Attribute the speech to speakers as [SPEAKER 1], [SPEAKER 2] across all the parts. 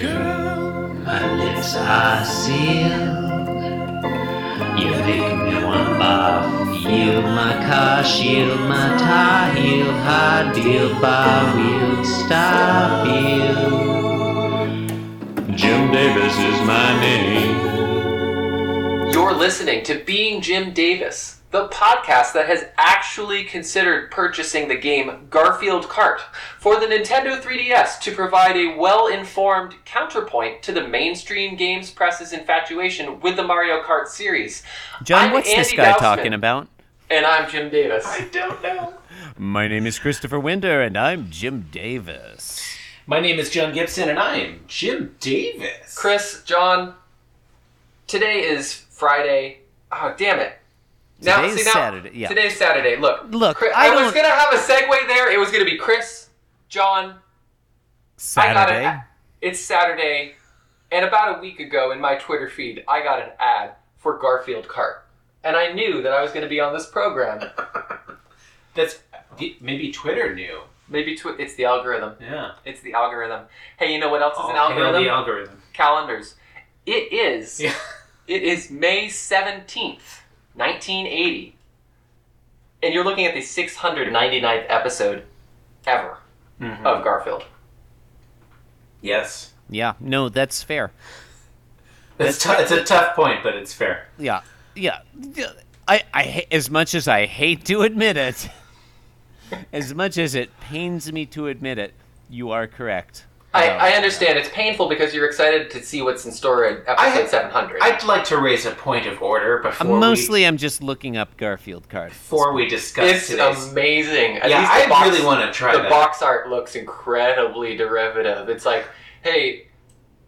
[SPEAKER 1] Girl, my lips are sealed. You make me want bath. Yield my car, shield my tie, heel, hard deal, bar wheel, star field. Jim Davis is my name.
[SPEAKER 2] You're listening to Being Jim Davis, the podcast that has actually considered purchasing the game Garfield Kart for the Nintendo 3DS to provide a well informed counterpoint to the mainstream games press's infatuation with the Mario Kart series.
[SPEAKER 3] John,
[SPEAKER 2] I'm
[SPEAKER 3] what's this
[SPEAKER 2] Andy
[SPEAKER 3] guy
[SPEAKER 2] Dousman,
[SPEAKER 3] talking about?
[SPEAKER 2] And I'm Jim Davis.
[SPEAKER 3] My name is Christopher Winder, and I'm Jim Davis.
[SPEAKER 4] My name is John Gibson, and I am Jim Davis.
[SPEAKER 2] Chris, John, today is Friday. Oh, damn it.
[SPEAKER 3] Today's Saturday, yeah.
[SPEAKER 2] Today's Saturday. Look.
[SPEAKER 3] Look,
[SPEAKER 2] Chris,
[SPEAKER 3] I
[SPEAKER 2] I, was
[SPEAKER 3] don't-
[SPEAKER 2] going to have a segue there. It was going to be Chris, John, I got
[SPEAKER 3] Saturday.
[SPEAKER 2] an, it's Saturday, and about a week ago in my Twitter feed, I got an ad for Garfield Kart, and I knew that I was going to be on this program.
[SPEAKER 4] That's maybe Twitter knew.
[SPEAKER 2] Maybe tw- it's the algorithm.
[SPEAKER 4] Yeah.
[SPEAKER 2] It's the algorithm. Hey, you know what else is
[SPEAKER 4] All
[SPEAKER 2] an
[SPEAKER 4] hail
[SPEAKER 2] algorithm?
[SPEAKER 4] the algorithm.
[SPEAKER 2] Calendars. It is.
[SPEAKER 4] Yeah.
[SPEAKER 2] It is May seventeenth, nineteen eighty, and you're looking at the 699th episode ever
[SPEAKER 4] Mm-hmm. Oh. Hmm.
[SPEAKER 2] of Garfield.
[SPEAKER 4] Yes.
[SPEAKER 3] yeah, no, that's fair.
[SPEAKER 4] That's tou- it's a tough point, but it's fair.
[SPEAKER 3] Yeah, yeah. yeah. I, I, ha- as much as I hate to admit it, as much as it pains me to admit it, you are correct.
[SPEAKER 2] I,
[SPEAKER 3] about
[SPEAKER 2] I
[SPEAKER 3] that.
[SPEAKER 2] understand it's painful because you're excited to see what's in store in episode
[SPEAKER 4] I-
[SPEAKER 2] 700.
[SPEAKER 4] I'd like to raise a point of order before we,
[SPEAKER 3] Mostly, I'm just looking up Garfield card.
[SPEAKER 4] before we discuss
[SPEAKER 2] it's
[SPEAKER 4] today's-
[SPEAKER 2] amazing. At
[SPEAKER 4] yeah,
[SPEAKER 2] least the
[SPEAKER 4] I
[SPEAKER 2] box,
[SPEAKER 4] really want to try
[SPEAKER 2] The
[SPEAKER 4] that.
[SPEAKER 2] box art looks incredibly derivative. It's like, hey,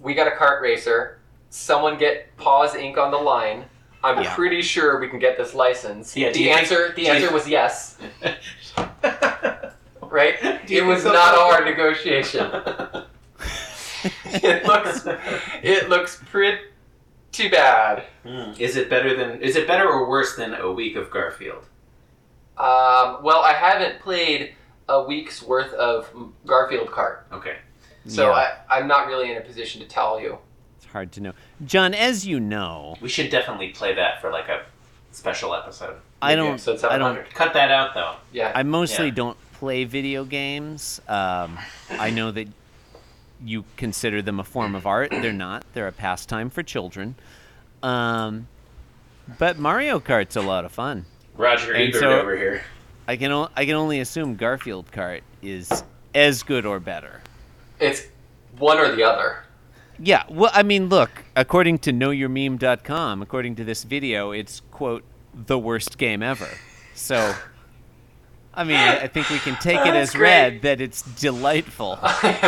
[SPEAKER 2] we got a kart racer. Someone get Paws Ink on the line. I'm
[SPEAKER 3] Yeah.
[SPEAKER 2] pretty sure we can get this license.
[SPEAKER 4] Yeah, do
[SPEAKER 2] the
[SPEAKER 4] you think-
[SPEAKER 2] answer,
[SPEAKER 4] do
[SPEAKER 2] the
[SPEAKER 4] you-
[SPEAKER 2] answer was yes, right?
[SPEAKER 4] Do you
[SPEAKER 2] It
[SPEAKER 4] think
[SPEAKER 2] was
[SPEAKER 4] so?
[SPEAKER 2] not a hard negotiation. it looks, it looks pretty bad.
[SPEAKER 4] Hmm. Is it better than? Is it better or worse than a week of Garfield?
[SPEAKER 2] Um, well, I haven't played a week's worth of Garfield Kart,
[SPEAKER 4] Okay.
[SPEAKER 2] so
[SPEAKER 3] Yeah.
[SPEAKER 2] I, I'm not really in a position to tell you.
[SPEAKER 3] It's hard to know. John, as you know,
[SPEAKER 4] We should definitely play that for like a special episode.
[SPEAKER 3] I don't.
[SPEAKER 2] So it's
[SPEAKER 3] I don't
[SPEAKER 2] 700.
[SPEAKER 4] Cut that out though.
[SPEAKER 2] Yeah.
[SPEAKER 3] I mostly
[SPEAKER 4] Yeah.
[SPEAKER 3] don't play video games. Um, I know that you consider them a form of art. They're not. They're a pastime for children. Um, but Mario Kart's a lot of fun.
[SPEAKER 4] Roger
[SPEAKER 3] And so-
[SPEAKER 4] here.
[SPEAKER 3] I can o- I can only assume Garfield Kart is as good or better.
[SPEAKER 2] it's one or the other.
[SPEAKER 3] Yeah. Well, I mean, look. According to knowyourmeme.com, according to this video, it's quote the worst game ever. So. I mean, I think we can take it
[SPEAKER 2] That's
[SPEAKER 3] as
[SPEAKER 2] great.
[SPEAKER 3] read that it's delightful.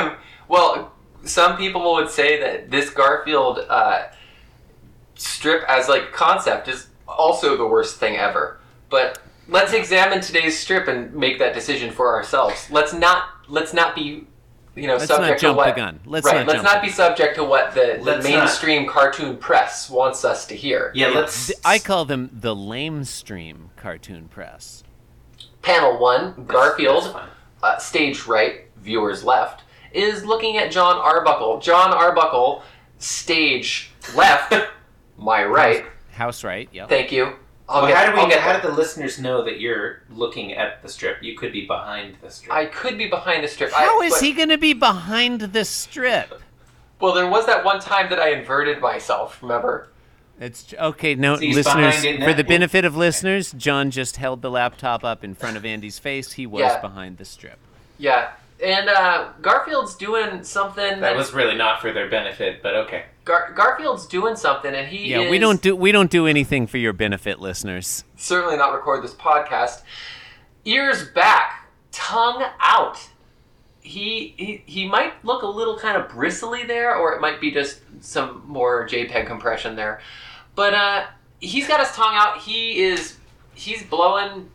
[SPEAKER 2] well, some people would say that this Garfield uh, strip as like concept is also the worst thing ever. But let's examine today's strip and make that decision for ourselves. Let's not let's not be you know
[SPEAKER 3] Let's
[SPEAKER 2] subject
[SPEAKER 3] not jump
[SPEAKER 2] to
[SPEAKER 3] the
[SPEAKER 2] what
[SPEAKER 3] gun. Let's
[SPEAKER 2] right,
[SPEAKER 3] not
[SPEAKER 2] let's
[SPEAKER 3] jump
[SPEAKER 2] not
[SPEAKER 3] the
[SPEAKER 2] be subject to what the, the
[SPEAKER 4] Let's not.
[SPEAKER 2] mainstream cartoon press wants us to hear.
[SPEAKER 4] Yeah, let's.
[SPEAKER 3] Th- I call them the lame stream cartoon press.
[SPEAKER 2] Panel one, Garfield,
[SPEAKER 4] That's fine.
[SPEAKER 2] uh, stage right, viewers left, is looking at John Arbuckle. John Arbuckle, stage left, my right.
[SPEAKER 3] House right, yep.
[SPEAKER 2] Thank you. I'll
[SPEAKER 4] Well,
[SPEAKER 2] get,
[SPEAKER 4] how do we?
[SPEAKER 2] I'll get
[SPEAKER 4] how
[SPEAKER 2] that.
[SPEAKER 4] do the listeners know that you're looking at the strip? You could be behind the strip.
[SPEAKER 2] I could be behind the strip.
[SPEAKER 3] How
[SPEAKER 2] I,
[SPEAKER 3] is
[SPEAKER 2] but-
[SPEAKER 3] he going to be behind the strip?
[SPEAKER 2] Well, there was that one time that I inverted myself. Remember?
[SPEAKER 3] It's okay. No,
[SPEAKER 4] He's
[SPEAKER 3] listeners,
[SPEAKER 4] behind it
[SPEAKER 3] for the
[SPEAKER 4] now.
[SPEAKER 3] benefit of listeners, John just held the laptop up in front of Andy's face. He was
[SPEAKER 2] Yeah.
[SPEAKER 3] behind the strip.
[SPEAKER 2] Yeah. And uh, Garfield's doing something.
[SPEAKER 4] that was really not for their benefit, but okay.
[SPEAKER 2] Gar- Garfield's doing something, and he
[SPEAKER 3] Yeah, we
[SPEAKER 2] is-
[SPEAKER 3] don't do we don't do anything for your benefit, listeners.
[SPEAKER 2] certainly not record this podcast. Ears back, tongue out. He, he he might look a little kind of bristly there, or it might be just some more JPEG compression there. But uh, he's got his tongue out. He is he's blowing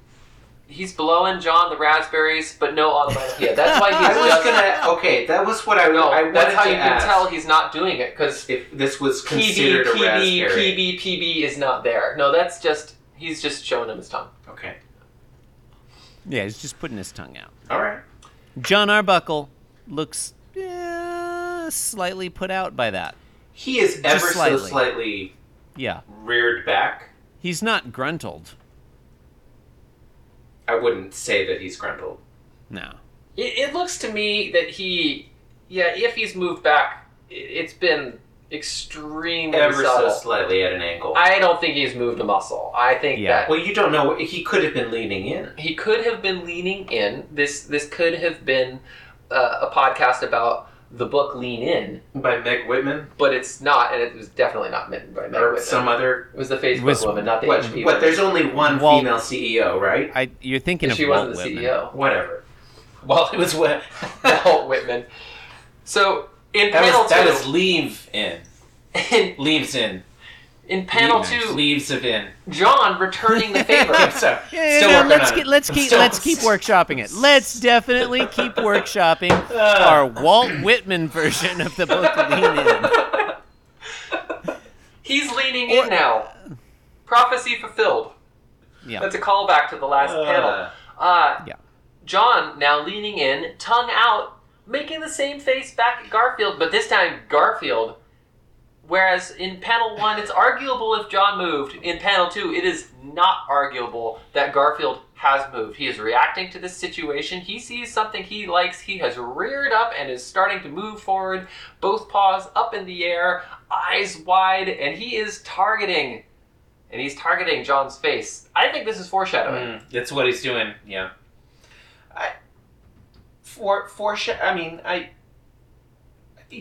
[SPEAKER 2] he's blowing John the raspberries, but no onomatopoeia. That's why
[SPEAKER 4] I
[SPEAKER 2] he's
[SPEAKER 4] was
[SPEAKER 2] just
[SPEAKER 4] gonna. Okay, that was what I.
[SPEAKER 2] no.
[SPEAKER 4] I
[SPEAKER 2] that's
[SPEAKER 4] wanted
[SPEAKER 2] how
[SPEAKER 4] to
[SPEAKER 2] you
[SPEAKER 4] ask
[SPEAKER 2] can tell he's not doing it because
[SPEAKER 4] if this was
[SPEAKER 2] PB
[SPEAKER 4] considered a
[SPEAKER 2] PB
[SPEAKER 4] raspberry.
[SPEAKER 2] PB PB is not there. No, that's just he's just showing him his tongue.
[SPEAKER 4] Okay.
[SPEAKER 3] Yeah, he's just putting his tongue out.
[SPEAKER 4] All right.
[SPEAKER 3] John Arbuckle looks eh, just slightly put out by that.
[SPEAKER 4] He is ever so
[SPEAKER 3] slightly.
[SPEAKER 4] slightly
[SPEAKER 3] Yeah.
[SPEAKER 4] reared back.
[SPEAKER 3] He's not gruntled.
[SPEAKER 4] I wouldn't say that he's gruntled.
[SPEAKER 3] No.
[SPEAKER 2] It, it looks to me that he, yeah, if he's moved back, i- it's been extremely
[SPEAKER 4] Ever
[SPEAKER 2] subtle.
[SPEAKER 4] so slightly at an angle.
[SPEAKER 2] I don't think he's moved a muscle. I think
[SPEAKER 3] Yeah.
[SPEAKER 2] that
[SPEAKER 4] well, you don't know. He could have been leaning in.
[SPEAKER 2] he could have been leaning in. This this could have been uh, a podcast about the book Lean In,
[SPEAKER 4] By Meg Whitman?
[SPEAKER 2] but it's not, and it was definitely not meant by Meg
[SPEAKER 4] or
[SPEAKER 2] Whitman.
[SPEAKER 4] some other.
[SPEAKER 2] it was the Facebook
[SPEAKER 3] Was-
[SPEAKER 2] woman, not the
[SPEAKER 4] What,
[SPEAKER 2] HP.
[SPEAKER 4] what, there's only one
[SPEAKER 3] Walt-
[SPEAKER 4] female CEO, right?
[SPEAKER 3] I you're thinking
[SPEAKER 2] woman.
[SPEAKER 3] of
[SPEAKER 2] she
[SPEAKER 3] Walt
[SPEAKER 2] wasn't the
[SPEAKER 4] E
[SPEAKER 3] Whitman.
[SPEAKER 2] CEO.
[SPEAKER 4] Whatever. Well, it was what. that
[SPEAKER 2] Walt Whitman. So in panel
[SPEAKER 4] was, that
[SPEAKER 2] two,
[SPEAKER 4] was leave in.
[SPEAKER 2] in,
[SPEAKER 4] Leaves in.
[SPEAKER 2] in panel
[SPEAKER 3] Leave-
[SPEAKER 2] two,
[SPEAKER 4] Leaves of in.
[SPEAKER 2] John returning the favor.
[SPEAKER 4] I'm sorry.
[SPEAKER 3] Yeah, yeah,
[SPEAKER 4] Still
[SPEAKER 3] no,
[SPEAKER 4] working
[SPEAKER 3] let's
[SPEAKER 4] on
[SPEAKER 3] keep,
[SPEAKER 4] it.
[SPEAKER 3] let's keep
[SPEAKER 4] Still-
[SPEAKER 3] let's keep workshopping it. Let's definitely keep workshopping
[SPEAKER 4] Ah.
[SPEAKER 3] our Walt Whitman version of the book Lean In.
[SPEAKER 2] He's leaning
[SPEAKER 3] Or-
[SPEAKER 2] in now. Prophecy fulfilled.
[SPEAKER 3] Yeah.
[SPEAKER 2] That's a callback to the last panel.
[SPEAKER 4] Uh,
[SPEAKER 2] Uh,
[SPEAKER 3] Yeah.
[SPEAKER 2] John now leaning in, tongue out, making the same face back at Garfield, but this time Garfield. Whereas in panel one, it's arguable if John moved. In panel two, it is not arguable that Garfield has moved. He is reacting to this situation. He sees something he likes. He has reared up and is starting to move forward, both paws up in the air, eyes wide, and he is targeting. And he's targeting John's face. I think this is foreshadowing.
[SPEAKER 4] Mm, that's what he's doing. Yeah. I for foreshadow. I mean, I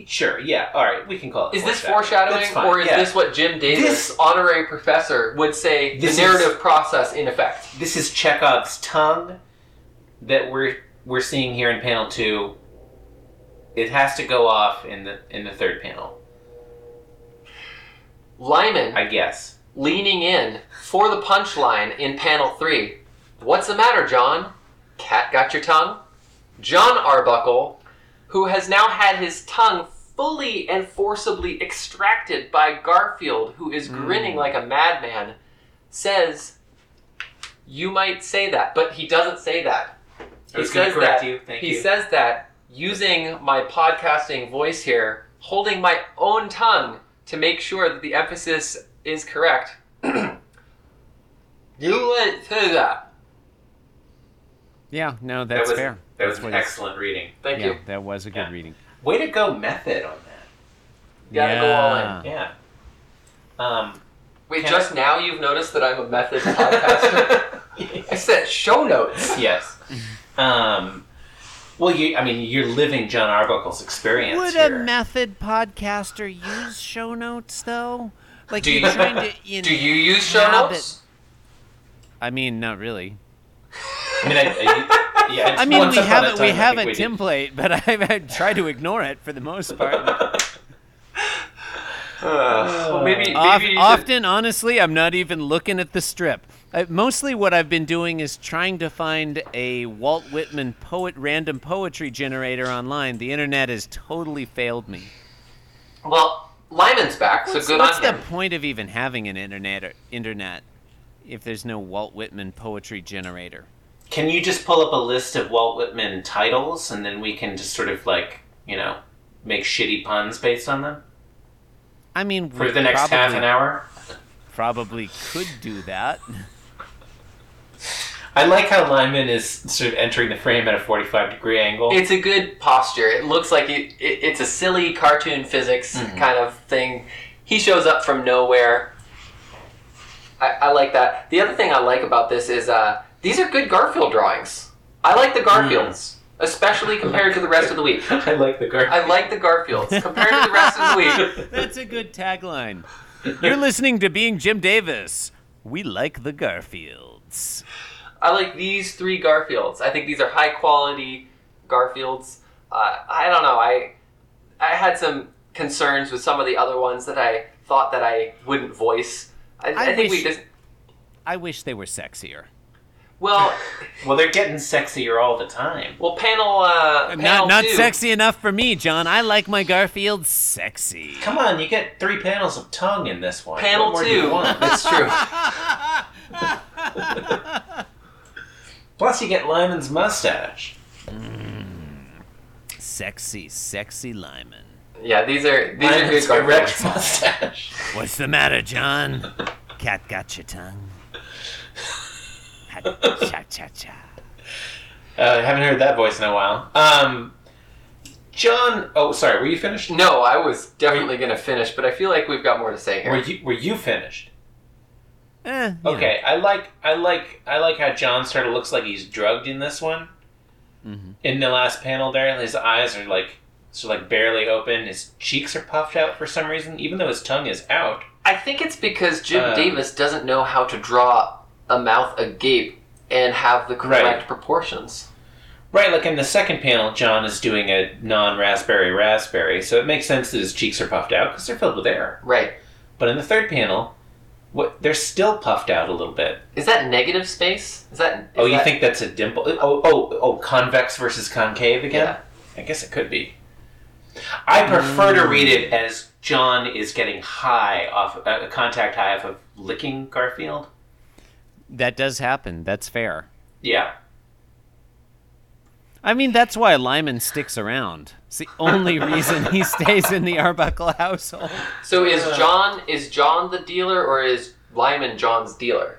[SPEAKER 4] sure. Yeah. All right. We can call it.
[SPEAKER 2] Is this
[SPEAKER 4] That's
[SPEAKER 2] foreshadowing,
[SPEAKER 4] fine,
[SPEAKER 2] or is
[SPEAKER 4] yeah.
[SPEAKER 2] this what Jim Davis,
[SPEAKER 4] This-
[SPEAKER 2] honorary professor, would say
[SPEAKER 4] This
[SPEAKER 2] the
[SPEAKER 4] is-
[SPEAKER 2] narrative process in effect?
[SPEAKER 4] this is Chekhov's tongue that we're we're seeing here in panel two? It has to go off in the in the third panel,
[SPEAKER 2] Lyman
[SPEAKER 4] I guess.
[SPEAKER 2] leaning in for the punchline in panel three. What's the matter, John? Cat got your tongue? John Arbuckle, who has now had his tongue fully and forcibly extracted by Garfield, who is
[SPEAKER 4] Hmm.
[SPEAKER 2] grinning like a madman, says, You might say that, but he doesn't say that.
[SPEAKER 4] I was gonna
[SPEAKER 2] says
[SPEAKER 4] correct
[SPEAKER 2] that-
[SPEAKER 4] you. Thank
[SPEAKER 2] he
[SPEAKER 4] you.
[SPEAKER 2] says that using my podcasting voice here, holding my own tongue to make sure that the emphasis is correct. you would say that.
[SPEAKER 3] Yeah, no,
[SPEAKER 4] that
[SPEAKER 3] that's
[SPEAKER 4] was,
[SPEAKER 3] fair.
[SPEAKER 4] That was
[SPEAKER 3] That's
[SPEAKER 4] an
[SPEAKER 3] what it's-
[SPEAKER 4] excellent reading.
[SPEAKER 2] Thank
[SPEAKER 3] yeah,
[SPEAKER 2] you.
[SPEAKER 3] that was a good
[SPEAKER 4] Yeah.
[SPEAKER 3] reading.
[SPEAKER 4] Way to go, method on that.
[SPEAKER 2] Gotta go all in.
[SPEAKER 4] Yeah.
[SPEAKER 3] Yeah.
[SPEAKER 4] Um,
[SPEAKER 2] Wait,
[SPEAKER 4] Can I-
[SPEAKER 2] just now you've noticed that I'm a method podcaster? I said show notes.
[SPEAKER 4] yes. Um, well, you. I mean, you're living John Arbuckle's experience
[SPEAKER 3] Would a
[SPEAKER 4] here.
[SPEAKER 3] method podcaster use show notes though? Like
[SPEAKER 2] Do
[SPEAKER 3] you're
[SPEAKER 2] you-
[SPEAKER 3] trying to
[SPEAKER 2] Do you use show
[SPEAKER 3] inhabit-
[SPEAKER 2] notes?
[SPEAKER 3] I mean, not really.
[SPEAKER 4] I mean, I, I, yeah,
[SPEAKER 3] I mean,
[SPEAKER 4] once
[SPEAKER 3] we
[SPEAKER 4] upon
[SPEAKER 3] have
[SPEAKER 4] a
[SPEAKER 3] a,
[SPEAKER 4] time,
[SPEAKER 3] we
[SPEAKER 4] I
[SPEAKER 3] have a
[SPEAKER 4] think we did.
[SPEAKER 3] template, but I've, i tried to ignore it for the most part.
[SPEAKER 2] well, maybe maybe
[SPEAKER 3] Of-
[SPEAKER 2] you should-
[SPEAKER 3] often, honestly, I'm not even looking at the strip. Uh, mostly, what I've been doing is trying to find a Walt Whitman poet random poetry generator online. The internet has totally failed me.
[SPEAKER 2] Well, Lyman's back, so
[SPEAKER 3] what's
[SPEAKER 2] good
[SPEAKER 3] what's
[SPEAKER 2] on
[SPEAKER 3] the
[SPEAKER 2] him.
[SPEAKER 3] point of even having an internet or internet if there's no Walt Whitman poetry generator?
[SPEAKER 4] Can you just pull up a list of Walt Whitman titles, and then we can just sort of like you know make shitty puns based on them
[SPEAKER 3] I mean,
[SPEAKER 4] for
[SPEAKER 3] we
[SPEAKER 4] the next
[SPEAKER 3] probably,
[SPEAKER 4] half an hour?
[SPEAKER 3] probably could do that.
[SPEAKER 4] I like how Lyman is sort of entering the frame at a forty-five degree angle.
[SPEAKER 2] It's a good posture. It looks like it, it, it's a silly cartoon physics kind of thing. He shows up from nowhere. I, I like that. The other thing I like about this is uh, these are good Garfield drawings. I like the Garfields, especially compared to the rest of the week.
[SPEAKER 4] I like the girl.
[SPEAKER 2] I like the Garfields compared to the rest of the week.
[SPEAKER 3] That's a good tagline. You're listening to Being Jim Davis. We like the Garfields.
[SPEAKER 2] I like these three Garfields. I think these are high quality Garfields. Uh, I don't know. I I had some concerns with some of the other ones that I thought that I wouldn't voice. I, I,
[SPEAKER 3] I
[SPEAKER 2] think we
[SPEAKER 3] wish-
[SPEAKER 2] just
[SPEAKER 3] I wish they were sexier.
[SPEAKER 2] well
[SPEAKER 4] Well, they're getting sexier all the time.
[SPEAKER 2] well panel uh, panel
[SPEAKER 3] Not, not
[SPEAKER 2] two.
[SPEAKER 3] sexy enough for me, John. I like my Garfield sexy.
[SPEAKER 4] Come on, you get three panels of tongue in this one.
[SPEAKER 2] Panel
[SPEAKER 4] what more Do
[SPEAKER 2] two.
[SPEAKER 4] you want?
[SPEAKER 2] That's true.
[SPEAKER 4] Plus, you get Lyman's mustache.
[SPEAKER 3] Sexy, sexy Lyman.
[SPEAKER 2] Yeah, these are these
[SPEAKER 4] Mine
[SPEAKER 2] are good
[SPEAKER 4] is erect
[SPEAKER 2] gargoyles.
[SPEAKER 4] mustache.
[SPEAKER 3] What's the matter, John? Cat got your tongue. Cha cha cha.
[SPEAKER 4] Uh, haven't heard that voice in a while. Um, John. Oh, sorry. Were you finished?
[SPEAKER 2] No, I was definitely gonna finish, but I feel like we've got more to say
[SPEAKER 4] Were
[SPEAKER 2] here.
[SPEAKER 4] you Were you finished?
[SPEAKER 3] Eh, you
[SPEAKER 4] Okay. I like. I like. I like how John sort of looks like he's drugged in this one.
[SPEAKER 3] Know. Mhm.
[SPEAKER 4] In the last panel, there, his eyes are like. So like barely open, his cheeks are puffed out for some reason, even though his tongue is out.
[SPEAKER 2] I think it's because Jim
[SPEAKER 4] Um,
[SPEAKER 2] Davis doesn't know how to draw a mouth agape and have the correct
[SPEAKER 4] Right.
[SPEAKER 2] proportions.
[SPEAKER 4] Right, like in the second panel, John is doing a non-raspberry raspberry, so it makes sense that his cheeks are puffed out because they're filled with air.
[SPEAKER 2] Right.
[SPEAKER 4] But in the third panel, what they're still puffed out a little bit.
[SPEAKER 2] Is that negative space? Is that? is
[SPEAKER 4] oh, you
[SPEAKER 2] that-
[SPEAKER 4] think that's a dimple? Oh, oh, oh, convex versus concave again?
[SPEAKER 2] Yeah.
[SPEAKER 4] I guess it could be. I prefer to read it
[SPEAKER 3] Mm.
[SPEAKER 4] as John is getting high off a contact high off of licking Garfield.
[SPEAKER 3] That does happen. That's fair.
[SPEAKER 4] Yeah.
[SPEAKER 3] I mean, that's why Lyman sticks around. It's the only reason he stays in the Arbuckle household.
[SPEAKER 2] So is
[SPEAKER 4] Uh.
[SPEAKER 2] John is John the dealer or is Lyman John's dealer?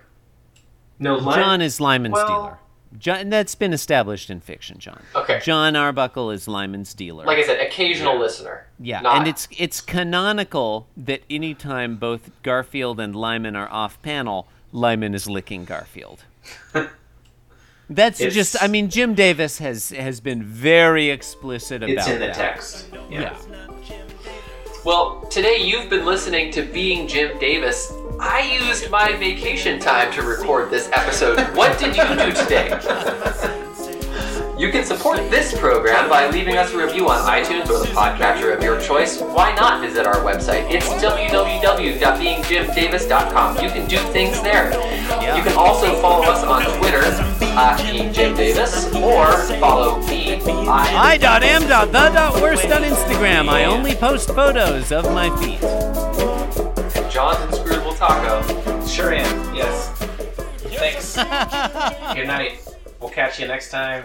[SPEAKER 4] No,
[SPEAKER 3] John is Lyman's
[SPEAKER 4] well-
[SPEAKER 3] dealer. John, and that's been established in fiction, John.
[SPEAKER 2] Okay.
[SPEAKER 3] John Arbuckle is Lyman's dealer.
[SPEAKER 2] Like I said, occasional listener.
[SPEAKER 3] yeah,
[SPEAKER 2] Not-
[SPEAKER 3] and it's it's canonical that anytime both Garfield and Lyman are off panel, Lyman is licking Garfield. That's
[SPEAKER 4] It's-
[SPEAKER 3] just I mean Jim Davis has has been very explicit about
[SPEAKER 4] It's in the
[SPEAKER 3] that.
[SPEAKER 4] text.
[SPEAKER 3] Yeah.
[SPEAKER 2] Well, today you've been listening to Being Jim Davis. I used my vacation time to record this episode. What did you do today? You can support this program by leaving us a review on iTunes or the podcatcher of your choice. Why not visit our website? It's www.beingjimdavis.com. You can do things there. You can also follow us on Twitter, uh, being Jim Davis, or follow me.
[SPEAKER 3] I dot am dot the dot worst on Instagram. I only post photos of my feet.
[SPEAKER 2] John's Inscrutable Taco.
[SPEAKER 4] Sure am. Yes. Thanks. Good night. We'll catch you next time.